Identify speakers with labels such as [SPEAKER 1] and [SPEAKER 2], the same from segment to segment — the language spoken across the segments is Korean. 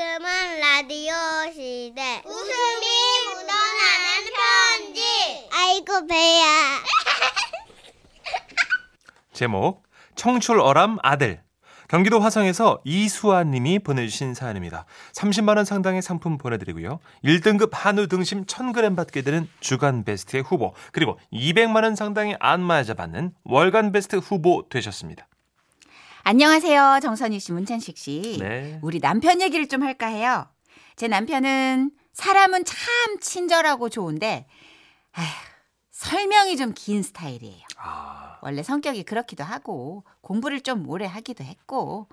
[SPEAKER 1] 지금은 라디오 시대. 웃음이 묻어나는 편지. 아이고, 배야.
[SPEAKER 2] 제목 청출어람 아들 경기도 화성에서 이수아 님이 보내주신 사연입니다. 30만 원 상당의 상품 보내드리고요. 1등급 한우 등심 1000g 받게 되는 주간베스트의 후보 그리고 200만 원 상당의 안마자 받는 월간베스트 후보 되셨습니다.
[SPEAKER 3] 안녕하세요. 정선희 씨, 문찬식 씨.
[SPEAKER 2] 네.
[SPEAKER 3] 우리 남편 얘기를 좀 할까 해요. 제 남편은 사람은 참 친절하고 좋은데 아휴, 설명이 좀 긴 스타일이에요.
[SPEAKER 2] 아,
[SPEAKER 3] 원래 성격이 그렇기도 하고 공부를 좀 오래 하기도 했고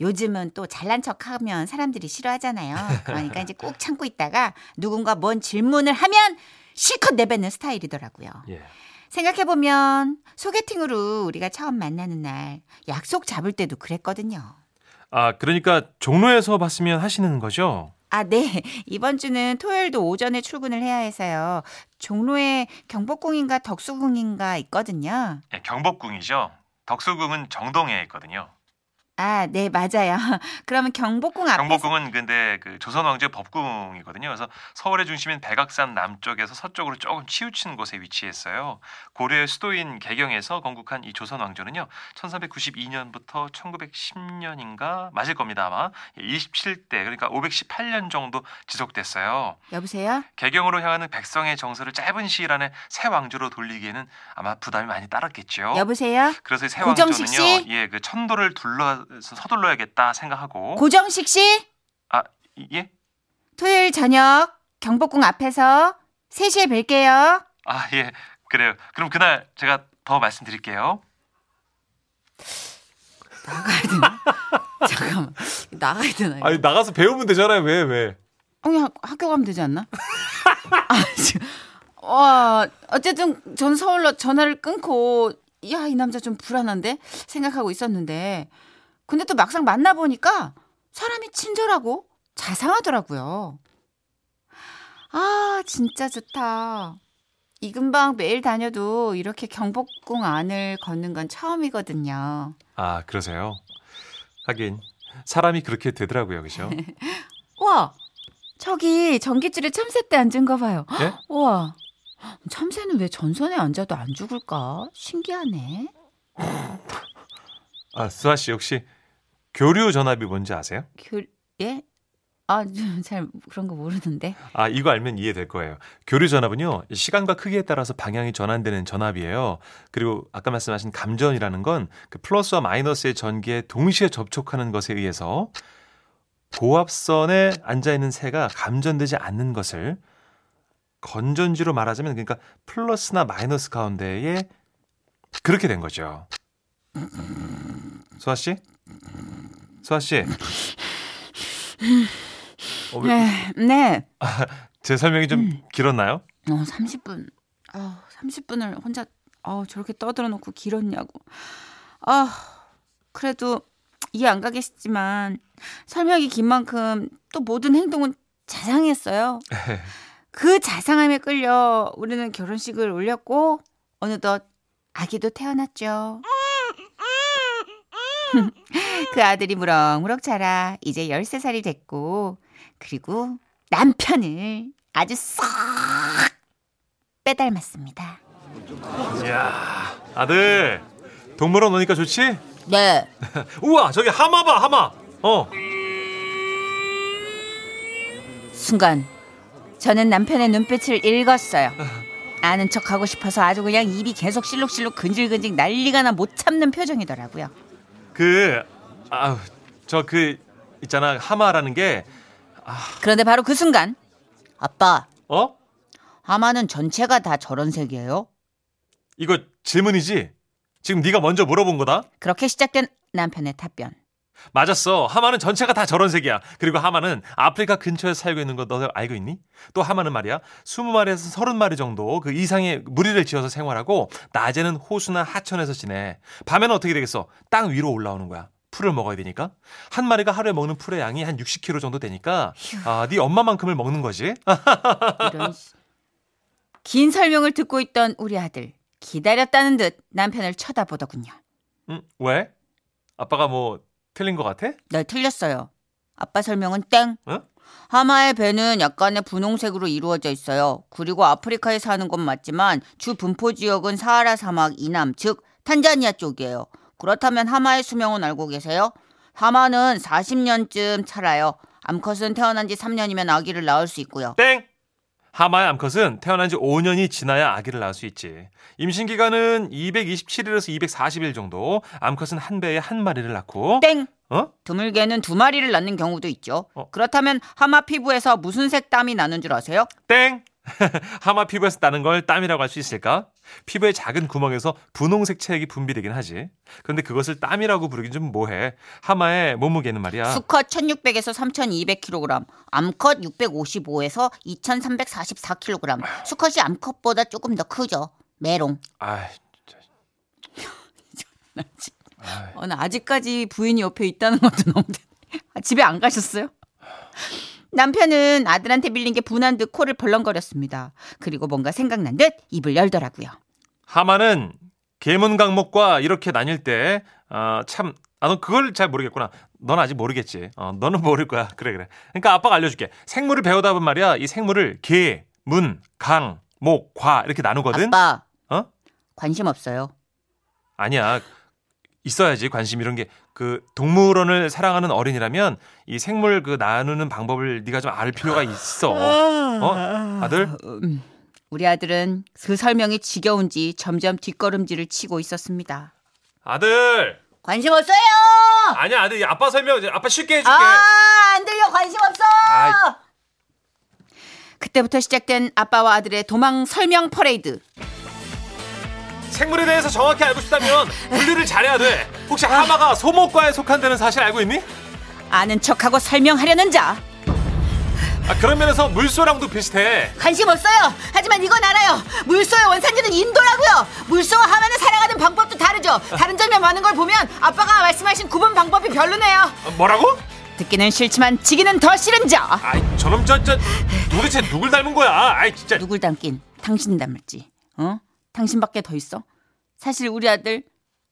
[SPEAKER 3] 요즘은 또 잘난 척하면 사람들이 싫어하잖아요. 그러니까 이제 꾹 참고 있다가 누군가 뭔 질문을 하면 실컷 내뱉는 스타일이더라고요.
[SPEAKER 2] 예.
[SPEAKER 3] 생각해보면 소개팅으로 우리가 처음 만나는 날 약속 잡을 때도 그랬거든요.
[SPEAKER 2] 아 그러니까 종로에서 봤으면 하시는 거죠?
[SPEAKER 3] 아, 네. 이번 주는 토요일도 오전에 출근을 해야 해서요. 종로에 경복궁인가 덕수궁인가 있거든요.
[SPEAKER 2] 예, 경복궁이죠. 덕수궁은 정동에 있거든요.
[SPEAKER 3] 아, 네, 맞아요. 그러면 경복궁 앞에
[SPEAKER 2] 경복궁은 근데 그 조선 왕조의 법궁이거든요. 그래서 서울의 중심인 백악산 남쪽에서 서쪽으로 조금 치우친 곳에 위치했어요. 고려의 수도인 개경에서 건국한 이 조선 왕조는요. 1392년부터 1910년인가 맞을 겁니다 아마 예, 27대 그러니까 518년 정도 지속됐어요.
[SPEAKER 3] 여보세요?
[SPEAKER 2] 개경으로 향하는 백성의 정서를 짧은 시일 안에 새 왕조로 돌리기에는 아마 부담이 많이
[SPEAKER 4] 어?
[SPEAKER 2] 따랐겠죠.
[SPEAKER 3] 여보세요?
[SPEAKER 2] 그래서 새
[SPEAKER 3] 고정식
[SPEAKER 2] 왕조는요,
[SPEAKER 3] 씨?
[SPEAKER 2] 예, 그 천도를 둘러 서둘러야겠다
[SPEAKER 4] 어?
[SPEAKER 2] 생각하고,
[SPEAKER 3] 고정식 씨,
[SPEAKER 2] 아 이- 예,
[SPEAKER 3] 토요일 저녁 경복궁 앞에서 3시에 뵐게요.
[SPEAKER 2] 아, 예. 그래요. 그럼 그날 제가 더 말씀드릴게요.
[SPEAKER 3] 나가야 되나? 잠깐만. 나가야 되나? 이거?
[SPEAKER 4] 아니 나가서 배우면 되잖아요. 왜 왜?
[SPEAKER 3] 아니 어, 학- 학교 가면 되지 않나? 아, 지금. 와 어쨌든 전 서울로 전화를 끊고 야 이 남자 좀 불안한데 생각하고 있었는데 근데 또 막상 만나 보니까 사람이 친절하고 자상하더라고요. 아 진짜 좋다. 이 근방 매일 다녀도 이렇게 경복궁 안을 걷는 건 처음이거든요.
[SPEAKER 2] 아, 그러세요?
[SPEAKER 4] 하긴 사람이 그렇게 되더라고요, 그죠?
[SPEAKER 3] 와 저기 전기줄에 참새 때 앉은 거 봐요.
[SPEAKER 4] 예?
[SPEAKER 3] 와 참새는 왜 전선에 앉아도 안 죽을까? 신기하네.
[SPEAKER 4] 아 수아 씨 혹시 교류 전압이 뭔지 아세요?
[SPEAKER 3] 교 예? 아잘 그런 거 모르는데.
[SPEAKER 4] 아 이거 알면 이해될 거예요. 교류 전압은요 시간과 크기에 따라서 방향이 전환되는 전압이에요. 그리고 아까 말씀하신 감전이라는 건 그 플러스와 마이너스의 전기에 동시에 접촉하는 것에 의해서 고압선에 앉아 있는 새가 감전되지 않는 것을 건전지로 말하자면 그러니까 플러스나 마이너스 가운데에 그렇게 된 거죠. 수아 씨, 수아 씨, 어, 왜-
[SPEAKER 3] 네, 네.
[SPEAKER 4] 제 설명이 좀 길었나요?
[SPEAKER 3] 어 30분. 아 30분을 혼자 어 저렇게 떠들어 놓고 길었냐고. 아 그래도 이해 안 가겠지만 설명이 긴 만큼 또 모든 행동은 자상했어요. 그 자상함에 끌려 우리는 결혼식을 올렸고 어느덧 아기도 태어났죠. 그 아들이 무럭무럭 자라 이제 13살이 됐고 그리고 남편을 아주 싹 빼닮았습니다.
[SPEAKER 4] 아들 동물원 오니까 좋지?
[SPEAKER 3] 네.
[SPEAKER 4] 우와 저기 하마 봐 하마 어
[SPEAKER 3] 순간 저는 남편의 눈빛을 읽었어요. 아는 척 하고 싶어서 아주 그냥 입이 계속 실룩실룩 근질근질 난리가 나 못 참는 표정이더라고요.
[SPEAKER 4] 그 아우 저 그 있잖아 하마라는 게
[SPEAKER 3] 그런데 바로 그 순간 아빠
[SPEAKER 4] 어?
[SPEAKER 3] 하마는 전체가 다 저런 색이에요?
[SPEAKER 4] 이거 질문이지? 지금 네가 먼저 물어본 거다?
[SPEAKER 3] 그렇게 시작된 남편의 답변.
[SPEAKER 4] 맞았어 하마는 전체가 다 저런 색이야 그리고 하마는 아프리카 근처에 살고 있는 거 너들 알고 있니? 또 하마는 말이야 20마리에서 30마리 정도 그 이상의 무리를 지어서 생활하고 낮에는 호수나 하천에서 지내 밤에는 어떻게 되겠어? 땅 위로 올라오는 거야 풀을 먹어야 되니까 한 마리가 하루에 먹는 풀의 양이 한 60kg 정도 되니까 아, 네 엄마만큼을 먹는 거지
[SPEAKER 3] 이런 씨. 긴 설명을 듣고 있던 우리 아들 기다렸다는 듯 남편을 쳐다보더군요.
[SPEAKER 4] 응? 왜? 아빠가 뭐 틀린 것 같아?
[SPEAKER 3] 널 틀렸어요. 아빠 설명은 땡.
[SPEAKER 4] 어?
[SPEAKER 3] 하마의 배는 약간의 분홍색으로 이루어져 있어요. 그리고 아프리카에 사는 건 맞지만 주 분포 지역은 사하라 사막 이남, 즉 탄자니아 쪽이에요. 그렇다면 하마의 수명은 알고 계세요? 하마는 40년쯤 살아요. 암컷은 태어난 지 3년이면 아기를 낳을 수 있고요.
[SPEAKER 4] 땡! 하마의 암컷은 태어난 지 5년이 지나야 아기를 낳을 수 있지. 임신 기간은 227일에서 240일 정도. 암컷은 한 배에 한 마리를 낳고
[SPEAKER 3] 땡!
[SPEAKER 4] 어?
[SPEAKER 3] 드물게는 두 마리를 낳는 경우도 있죠.
[SPEAKER 4] 어.
[SPEAKER 3] 그렇다면 하마 피부에서 무슨 색 땀이 나는 줄 아세요?
[SPEAKER 4] 땡! 하마 피부에서 나는 걸 땀이라고 할 수 있을까? 피부의 작은 구멍에서 분홍색 체액이 분비되긴 하지. 그런데 그것을 땀이라고 부르긴 좀 뭐해. 하마의 몸무게는 말이야.
[SPEAKER 3] 수컷 1600에서 3200kg, 암컷 655에서 2344kg. 수컷이 암컷보다 조금 더 크죠. 메롱.
[SPEAKER 4] 아,
[SPEAKER 3] 어, 나 아직까지 부인이 옆에 있다는 것도 너무 대- 아, 집에 안 가셨어요? 남편은 아들한테 빌린 게 분한 듯 코를 벌렁거렸습니다. 그리고 뭔가 생각난 듯 입을 열더라고요.
[SPEAKER 4] 하마는 계문강목과 이렇게 나뉠 때, 아, 참, 아, 넌 그걸 잘 모르겠구나. 넌 아직 모르겠지. 어, 너는 모를 거야. 그래, 그래. 그러니까 아빠가 알려줄게. 생물을 배우다 보면 말이야. 이 생물을 계, 문, 강, 목, 과 이렇게 나누거든.
[SPEAKER 3] 아빠.
[SPEAKER 4] 어?
[SPEAKER 3] 관심 없어요.
[SPEAKER 4] 아니야. 있어야지 관심 이런 게 그 동물원을 사랑하는 어린이라면 이 생물 그 나누는 방법을 네가 좀 알 필요가 있어. 어? 아들?
[SPEAKER 3] 음, 우리 아들은 그 설명이 지겨운지 점점 뒷걸음질을 치고 있었습니다.
[SPEAKER 4] 아들!
[SPEAKER 3] 관심 없어요!
[SPEAKER 4] 아니야, 아들. 이 아빠 설명 아빠 쉽게 해줄게.
[SPEAKER 3] 아, 안 들려. 관심 없어.
[SPEAKER 4] 아이.
[SPEAKER 3] 그때부터 시작된 아빠와 아들의 도망 설명 퍼레이드.
[SPEAKER 4] 생물에 대해서 정확히 알고 싶다면 분류를 잘해야 돼. 혹시 하마가 소목과에 속한다는 사실 알고 있니?
[SPEAKER 3] 아는 척하고 설명하려는 자.
[SPEAKER 4] 아, 그런 면에서 물소랑도 비슷해.
[SPEAKER 3] 관심 없어요. 하지만 이건 알아요. 물소의 원산지는 인도라고요. 물소와 하마는 살아가는 방법도 다르죠. 다른 점이 많은 걸 보면 아빠가 말씀하신 구분 방법이 별로네요.
[SPEAKER 4] 아, 뭐라고?
[SPEAKER 3] 듣기는 싫지만 지기는 더 싫은 자.
[SPEAKER 4] 아이, 저놈 저, 저 도대체 누굴 닮은 거야? 아이, 진짜.
[SPEAKER 3] 누굴 닮긴 당신 닮았지 어 당신밖에 더 있어 사실 우리 아들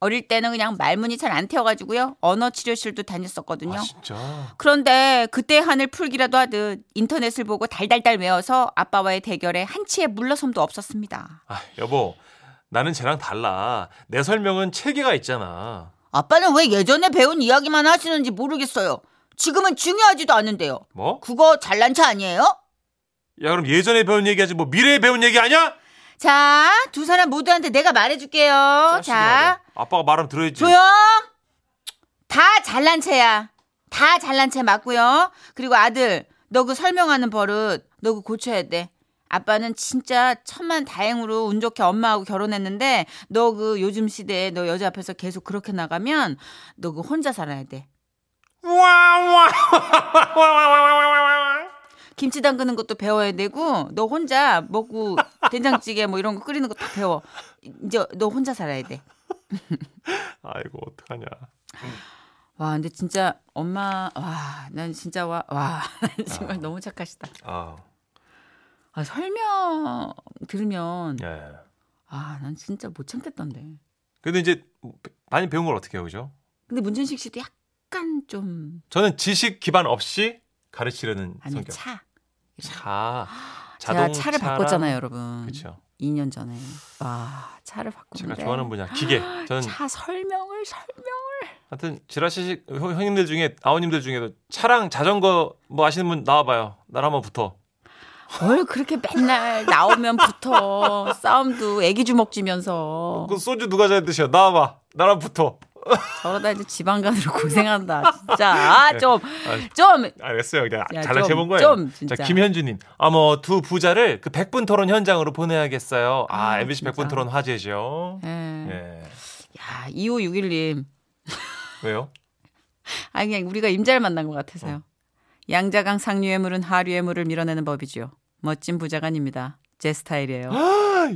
[SPEAKER 3] 어릴 때는 그냥 말문이 잘 안 태워가지고요 언어 치료실도 다녔었거든요
[SPEAKER 4] 아, 진짜.
[SPEAKER 3] 그런데 그때 한을 풀기라도 하듯 인터넷을 보고 달달달 외워서 아빠와의 대결에 한치의 물러섬도 없었습니다
[SPEAKER 4] 아, 여보. 나는 쟤랑 달라. 내 설명은 체계가 있잖아.
[SPEAKER 3] 아빠는 왜 예전에 배운 이야기만 하시는지 모르겠어요 지금은 중요하지도 않은데요
[SPEAKER 4] 뭐?
[SPEAKER 3] 그거 잘난 차 아니에요?
[SPEAKER 4] 야, 그럼 예전에 배운 얘기하지 뭐 미래에 배운 얘기 아니야?
[SPEAKER 3] 자 두 사람 모두한테 내가 말해줄게요 어, 자
[SPEAKER 4] 자식이야, 너. 아, 아빠가 말하면 들어야지.
[SPEAKER 3] 조용! 다 잘난 체야. 다 잘난 체 맞고요. 그리고 아들, 너 그 설명하는 버릇, 너 그 고쳐야 돼. 아빠는 진짜 천만 다행으로 운 좋게 엄마하고 결혼했는데 너 그 요즘 시대에 너 여자 앞에서 계속 그렇게 나가면 너 그 혼자 살아야 돼. 김치 담그는 것도 배워야 되고 너 혼자 먹고 된장찌개 뭐 이런 거 끓이는 것도 배워. 이제 너 혼자 살아야 돼.
[SPEAKER 4] 아이고, 어떡하냐.
[SPEAKER 3] 와 근데 진짜 엄마 와 난 진짜 와 와 정말 너무 착하시다.
[SPEAKER 4] 아,
[SPEAKER 3] 아, 설명 들으면
[SPEAKER 4] 예.
[SPEAKER 3] 아 난 진짜 못 참겠던데.
[SPEAKER 4] 근데 이제 많이 배운 걸 어떻게 해요, 그죠?
[SPEAKER 3] 근데 문준식 씨도 약간 좀
[SPEAKER 4] 저는 지식 기반 없이 가르치려는
[SPEAKER 3] 아니
[SPEAKER 4] 성격.
[SPEAKER 3] 차.
[SPEAKER 4] 차.
[SPEAKER 3] 제가
[SPEAKER 4] 자동차랑-
[SPEAKER 3] 차를 바꿨잖아요, 여러분.
[SPEAKER 4] 그쵸.
[SPEAKER 3] 2년 전에. 와 차를
[SPEAKER 4] 제가
[SPEAKER 3] 바꿨는데.
[SPEAKER 4] 좋아하는 분야 기계. 저는
[SPEAKER 3] 차 설명을 설명.
[SPEAKER 4] 하여튼 지라시 씨 형- 형님들 중에 아우님들 중에도 차랑 자전거 뭐 아시는 분 나와봐요. 나랑 한번 붙어.
[SPEAKER 3] 뭘 그렇게 맨날 나오면 붙어 싸움도 애기 주먹 쥐면서
[SPEAKER 4] 그 소주 누가 잘 드셔? 나와봐. 나랑 붙어.
[SPEAKER 3] 저러다 이제 지방간으로 고생한다 진짜 아좀좀
[SPEAKER 4] 알겠어요. 아, 그냥
[SPEAKER 3] 야,
[SPEAKER 4] 네. 잘난
[SPEAKER 3] 좀,
[SPEAKER 4] 체본 거예요.
[SPEAKER 3] 좀, 진짜.
[SPEAKER 4] 자, 김현주님. 아뭐 두 부자를 그 100분 토론 현장으로 보내야겠어요. 아,
[SPEAKER 3] 아,
[SPEAKER 4] MBC 100분
[SPEAKER 3] 진짜. 네.
[SPEAKER 4] 토론 화제죠. 예.
[SPEAKER 3] 야, 2561님.
[SPEAKER 4] 왜요?
[SPEAKER 3] 아, 그냥 우리가 임자를 만난 것 같아서요. 양자강 상류의 물은 하류의 물을 밀어내는 법이지요. 멋진 부자간입니다. 제 스타일이에요.
[SPEAKER 4] 어?
[SPEAKER 3] 아,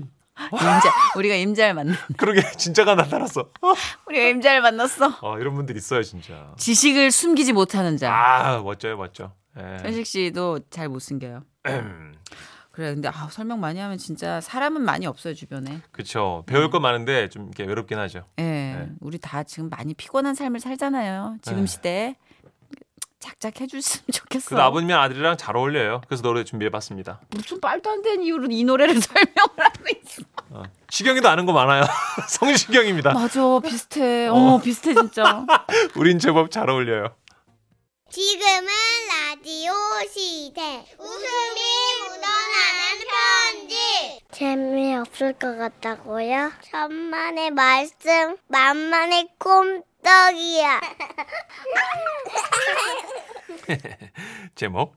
[SPEAKER 3] 임자, 우리가 임자를 만났,
[SPEAKER 4] 그러게 진짜가 나타났어.
[SPEAKER 3] 우리가 임자를 만났어.
[SPEAKER 4] 어, 이런 분들 있어요, 진짜.
[SPEAKER 3] 지식을 숨기지 못하는 자.
[SPEAKER 4] 아, 멋져요, 멋져. 예.
[SPEAKER 3] 현식 씨도 잘 못 숨겨요. 그래, 근데 아, 설명 많이 하면 진짜 사람은 많이 없어요 주변에.
[SPEAKER 4] 그렇죠. 배울 건 많은데 좀 이렇게 외롭긴 하죠.
[SPEAKER 3] 예, 우리 다 지금 많이 피곤한 삶을 살잖아요. 지금
[SPEAKER 4] 예.
[SPEAKER 3] 시대에 작작 해줬으면 좋겠어.
[SPEAKER 4] 그래도 아버님이 아들이랑 잘 어울려요. 그래서 노래 준비해봤습니다.
[SPEAKER 3] 무슨 말도 안 되는 이유로 이 노래를 설명을 하고 있어.
[SPEAKER 4] 어. 시경이도 아는 거 많아요. 성시경입니다.
[SPEAKER 3] 맞아, 비슷해. 어, 비슷해 진짜.
[SPEAKER 4] 우린 제법 잘 어울려요.
[SPEAKER 1] 지금은 라디오 시대. 웃음이 묻어나는 편지. 재미없을 것 같다고요? 천만의 말씀, 만만의 꼼떡이야.
[SPEAKER 4] 제목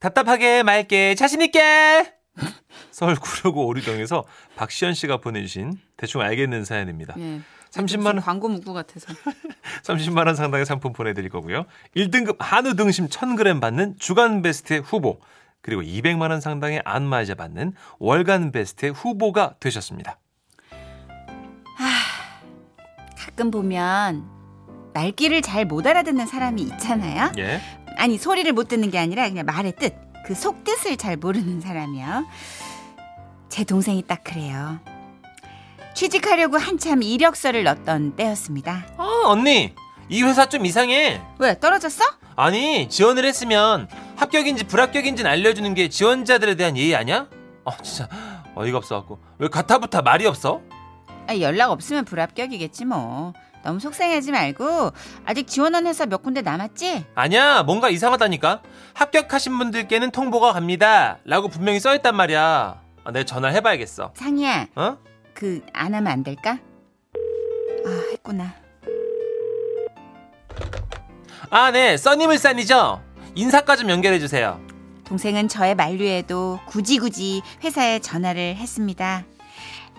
[SPEAKER 4] 답답하게 맑게 자신 있게 서울 구로구 오리동에서 박시연 씨가 보내주신 대충 알겠는 사연입니다.
[SPEAKER 3] 예.
[SPEAKER 4] 30만
[SPEAKER 3] 무슨
[SPEAKER 4] 원.
[SPEAKER 3] 광고 문구 같아서.
[SPEAKER 4] 30만 원 상당의 상품 보내드릴 거고요. 1등급 한우 등심 1,000g 받는 주간 베스트 후보 그리고 200만 원 상당의 안마의자 받는 월간 베스트 후보가 되셨습니다.
[SPEAKER 3] 가끔 보면 말귀를 잘 못 알아듣는 사람이 있잖아요.
[SPEAKER 4] 예,
[SPEAKER 3] 아니 소리를 못 듣는 게 아니라 그냥 말의 뜻, 그 속뜻을 잘 모르는 사람이요. 제 동생이 딱 그래요. 취직하려고 한참 이력서를 넣었던 때였습니다.
[SPEAKER 4] 어, 언니 이 회사 좀 이상해.
[SPEAKER 3] 왜 떨어졌어?
[SPEAKER 4] 아니 지원을 했으면 합격인지 불합격인지 알려주는 게 지원자들에 대한 예의 아니야? 아 진짜 어이가 없어갖고 왜 가타부타 말이 없어?
[SPEAKER 3] 아니, 연락 없으면 불합격이겠지 뭐. 너무 속상해하지 말고 아직 지원한 회사 몇 군데 남았지?
[SPEAKER 4] 아니야 뭔가 이상하다니까 합격하신 분들께는 통보가 갑니다 라고 분명히 써있단 말이야 아, 내가 전화를 해봐야겠어
[SPEAKER 3] 상희야,
[SPEAKER 4] 어?
[SPEAKER 3] 그 안 하면 안 될까? 아 했구나.
[SPEAKER 4] 아네 써니물산이죠? 인사과 좀 연결해주세요
[SPEAKER 3] 동생은 저의 만류에도 굳이 굳이 회사에 전화를 했습니다.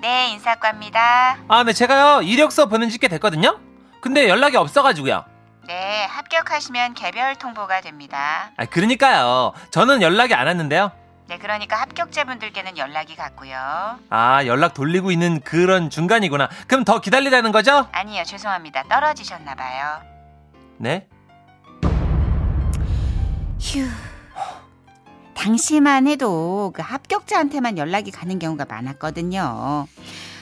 [SPEAKER 3] 네, 인사과입니다.
[SPEAKER 4] 아네 제가요 이력서 보낸 지꽤 됐거든요 근데 연락이 없어가지고요
[SPEAKER 3] 네, 합격하시면 개별 통보가 됩니다.
[SPEAKER 4] 아 그러니까요 저는 연락이 안 왔는데요
[SPEAKER 3] 네, 그러니까 합격자분들께는 연락이 갔고요.
[SPEAKER 4] 아 연락 돌리고 있는 그런 중간이구나 그럼 더 기다리라는 거죠?
[SPEAKER 3] 아니요, 죄송합니다. 떨어지셨나 봐요.
[SPEAKER 4] 네?
[SPEAKER 3] 휴. 당시만 해도 그 합격자한테만 연락이 가는 경우가 많았거든요.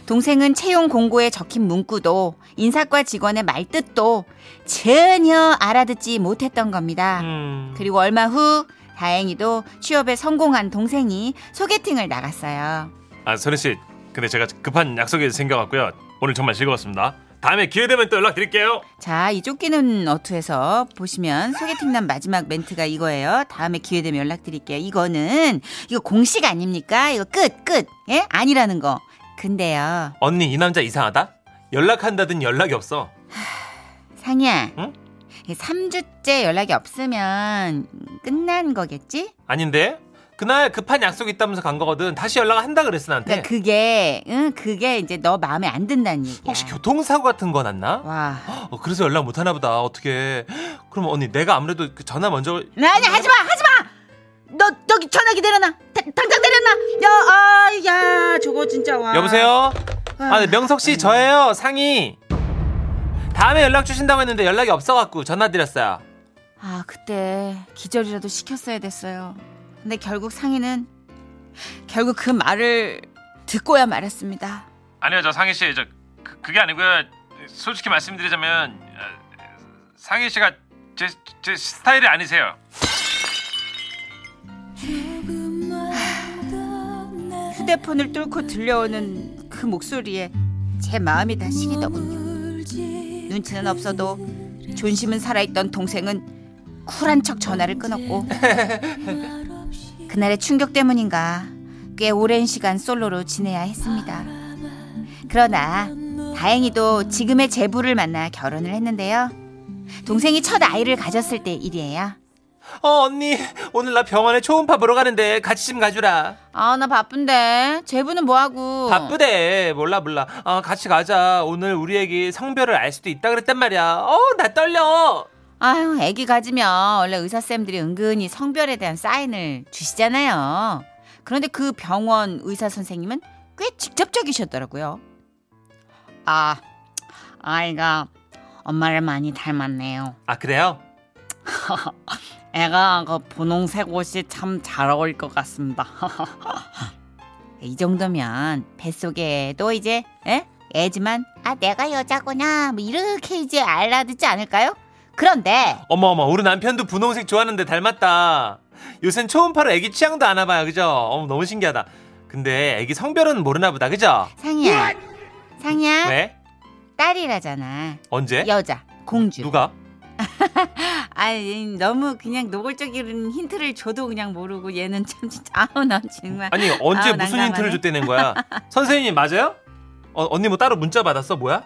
[SPEAKER 3] 동생은 채용 공고에 적힌 문구도 인사과 직원의 말뜻도 전혀 알아듣지 못했던 겁니다.
[SPEAKER 4] 음.
[SPEAKER 3] 그리고 얼마 후 다행히도 취업에 성공한 동생이 소개팅을 나갔어요.
[SPEAKER 4] 아 소리 씨, 근데 제가 급한 약속이 생겨갖고요. 오늘 정말 즐거웠습니다. 다음에 기회 되면 또 연락드릴게요.
[SPEAKER 3] 자, 이 쫓기는 어투에서 보시면 소개팅남 마지막 멘트가 이거예요. 다음에 기회 되면 연락드릴게요. 이거는 이거 공식 아닙니까? 이거 끝, 끝. 예? 아니라는 거. 근데요.
[SPEAKER 4] 언니 이 남자 이상하다. 연락한다든 연락이 없어.
[SPEAKER 3] 상희야.
[SPEAKER 4] 응?
[SPEAKER 3] 3주째 연락이 없으면 끝난 거겠지?
[SPEAKER 4] 아닌데? 그날 급한 약속이 있다면서 간 거거든. 다시 연락한다 그랬어 나한테.
[SPEAKER 3] 그러니까 그게 응, 그게 이제 너 마음에 안 든다는 얘기야.
[SPEAKER 4] 혹시 교통사고 같은 거 났나?
[SPEAKER 3] 와.
[SPEAKER 4] 어, 그래서 연락 못 하나 보다. 어떻게? 그럼 언니 내가 아무래도 그 전화 먼저
[SPEAKER 3] 네, 아니 하지마 하지마 너 여기 전화기 내려놔 다- 당장 내려놔 야아야 저거 진짜 와
[SPEAKER 4] 여보세요? 아, 네, 명석 씨 저예요. 상희. 다음에 연락 주신다고 했는데 연락이 없어 갖고 전화 드렸어요.
[SPEAKER 3] 아 그때 기절이라도 시켰어야 됐어요 근데 결국 상희는 결국 그 말을 듣고야 말았습니다
[SPEAKER 2] 아니요, 저 상희 씨, 저 그, 그게 아니고요. 솔직히 말씀드리자면 어, 상희 씨가 제, 제 스타일이 아니세요.
[SPEAKER 3] 휴대폰을 뚫고 들려오는 그 목소리에 제 마음이 다 시리더군요. 눈치는 없어도 존심은 살아있던 동생은 쿨한 척 전화를 끊었고 그날의 충격 때문인가 꽤 오랜 시간 솔로로 지내야 했습니다. 그러나 다행히도 지금의 제부를 만나 결혼을 했는데요. 동생이 첫 아이를 가졌을 때 일이에요.
[SPEAKER 4] 어 언니 오늘 나 병원에 초음파 보러 가는데 같이 좀 가주라
[SPEAKER 3] 아 나 바쁜데 제부는 뭐하고
[SPEAKER 4] 바쁘대 몰라 몰라 어, 같이 가자 오늘 우리 애기 성별을 알 수도 있다 그랬단 말이야 어 나 떨려
[SPEAKER 3] 아유, 아기 가지면 원래 의사쌤들이 은근히 성별에 대한 사인을 주시잖아요. 그런데 그 병원 의사 선생님은 꽤 직접적이셨더라고요. 아, 아이가 엄마를 많이 닮았네요.
[SPEAKER 4] 아 그래요
[SPEAKER 3] 애가 그 분홍색 옷이 참 잘 어울릴 것 같습니다. 이 정도면 뱃속에도 이제 애? 애지만 아 내가 여자구나 뭐 이렇게 이제 알아듣지 않을까요?
[SPEAKER 5] 그런데
[SPEAKER 4] 어머 어머 우리 남편도 분홍색 좋아하는데 닮았다. 요샌 초음파로 애기 취향도 알아봐요, 그죠? 어머 너무 신기하다. 근데 애기 성별은 모르나 보다, 그죠?
[SPEAKER 5] 상이야 상이야
[SPEAKER 4] 왜?
[SPEAKER 5] 딸이라잖아
[SPEAKER 4] 언제?
[SPEAKER 5] 여자 공주
[SPEAKER 4] 네? 누가?
[SPEAKER 3] 아, 얘는 너무 그냥 노골적인 힌트를 줘도 그냥 모르고 얘는 참 진짜 아우 난 정말
[SPEAKER 4] 아니 언제
[SPEAKER 3] 아우,
[SPEAKER 4] 무슨
[SPEAKER 3] 난감하네.
[SPEAKER 4] 힌트를 줬다는 거야? 선생님 맞아요? 어, 언니 뭐 따로 문자 받았어? 뭐야?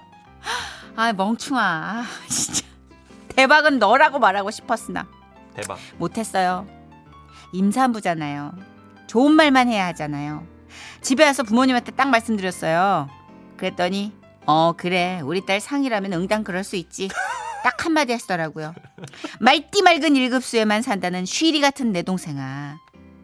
[SPEAKER 3] 아 멍충아 아, 진짜 대박은 너라고 말하고 싶었으나
[SPEAKER 4] 대박.
[SPEAKER 3] 못했어요. 임산부잖아요. 좋은 말만 해야 하잖아요. 집에 와서 부모님한테 딱 말씀드렸어요. 그랬더니 어 그래 우리 딸 상이라면 응당 그럴 수 있지. 딱 한마디 하시더라고요. 말띠 맑은 일급수에만 산다는 쉬리 같은 내 동생아.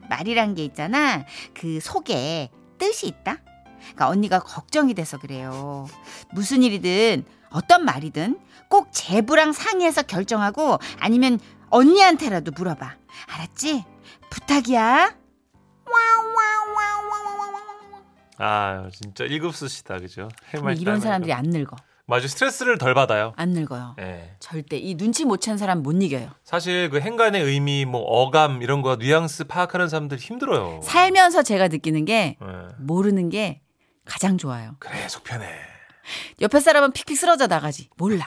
[SPEAKER 3] 말이란 게 있잖아. 그 속에 뜻이 있다. 그러니까 언니가 걱정이 돼서 그래요. 무슨 일이든 어떤 말이든 꼭 제부랑 상의해서 결정하고 아니면 언니한테라도 물어봐. 알았지? 부탁이야.
[SPEAKER 4] 아 진짜 일급수시다, 그죠?
[SPEAKER 3] 근데
[SPEAKER 4] 해맑다,
[SPEAKER 3] 이런
[SPEAKER 4] 해맑다.
[SPEAKER 3] 사람들이 안 늙어.
[SPEAKER 4] 맞아 스트레스를 덜 받아요.
[SPEAKER 3] 안 늙어요.
[SPEAKER 4] 예.
[SPEAKER 3] 절대 이 눈치 못 챈 사람 못 이겨요.
[SPEAKER 4] 사실 그 행간의 의미, 뭐 어감 이런 거 뉘앙스 파악하는 사람들 힘들어요.
[SPEAKER 3] 살면서 제가 느끼는 게
[SPEAKER 4] 예.
[SPEAKER 3] 모르는 게 가장 좋아요.
[SPEAKER 4] 그래 속편해.
[SPEAKER 3] 옆에 사람은 픽픽 쓰러져 나가지. 몰라.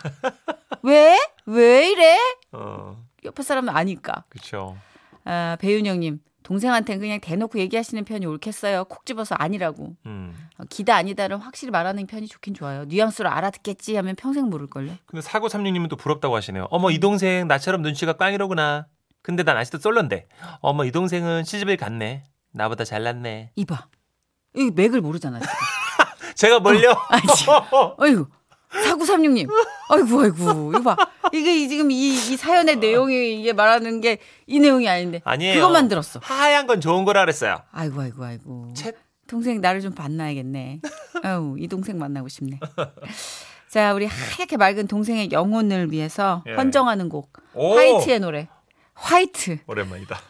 [SPEAKER 3] 왜? 왜 이래?
[SPEAKER 4] 어,
[SPEAKER 3] 옆에 사람은 아니까.
[SPEAKER 4] 그렇죠.
[SPEAKER 3] 아, 배윤영님. 동생한테는 그냥 대놓고 얘기하시는 편이 옳겠어요. 콕 집어서 아니라고.
[SPEAKER 4] 음.
[SPEAKER 3] 어, 기다 아니다를 확실히 말하는 편이 좋긴 좋아요. 뉘앙스로 알아듣겠지 하면 평생 모를걸요.
[SPEAKER 4] 근데 사고 삼육님은 또 부럽다고 하시네요. 어머 이 동생 나처럼 눈치가 꽝이로구나. 근데 난 아직도 솔로인데. 어머 이 동생은 시집을 갔네. 나보다 잘났네.
[SPEAKER 3] 이봐. 이 맥을 모르잖아. 지금.
[SPEAKER 4] 제가 뭘요?
[SPEAKER 3] 아이고. 4936님. 아이고, 아이고. 이거 봐. 이게 이- 지금 이, 이 사연의 내용이 이게 말하는 게 이 내용이 아닌데.
[SPEAKER 4] 아니에요.
[SPEAKER 3] 그것만 들었어.
[SPEAKER 4] 하얀 건 좋은 거라 그랬어요.
[SPEAKER 3] 아이고, 아이고, 아이고.
[SPEAKER 4] 쳇.
[SPEAKER 3] 동생 나를 좀 만나야겠네. 아우, 이 동생 만나고 싶네. 자, 우리 하얗게 맑은 동생의 영혼을 위해서
[SPEAKER 4] 예.
[SPEAKER 3] 헌정하는 곡.
[SPEAKER 4] 오!
[SPEAKER 3] 화이트의 노래. 화이트.
[SPEAKER 4] 오랜만이다.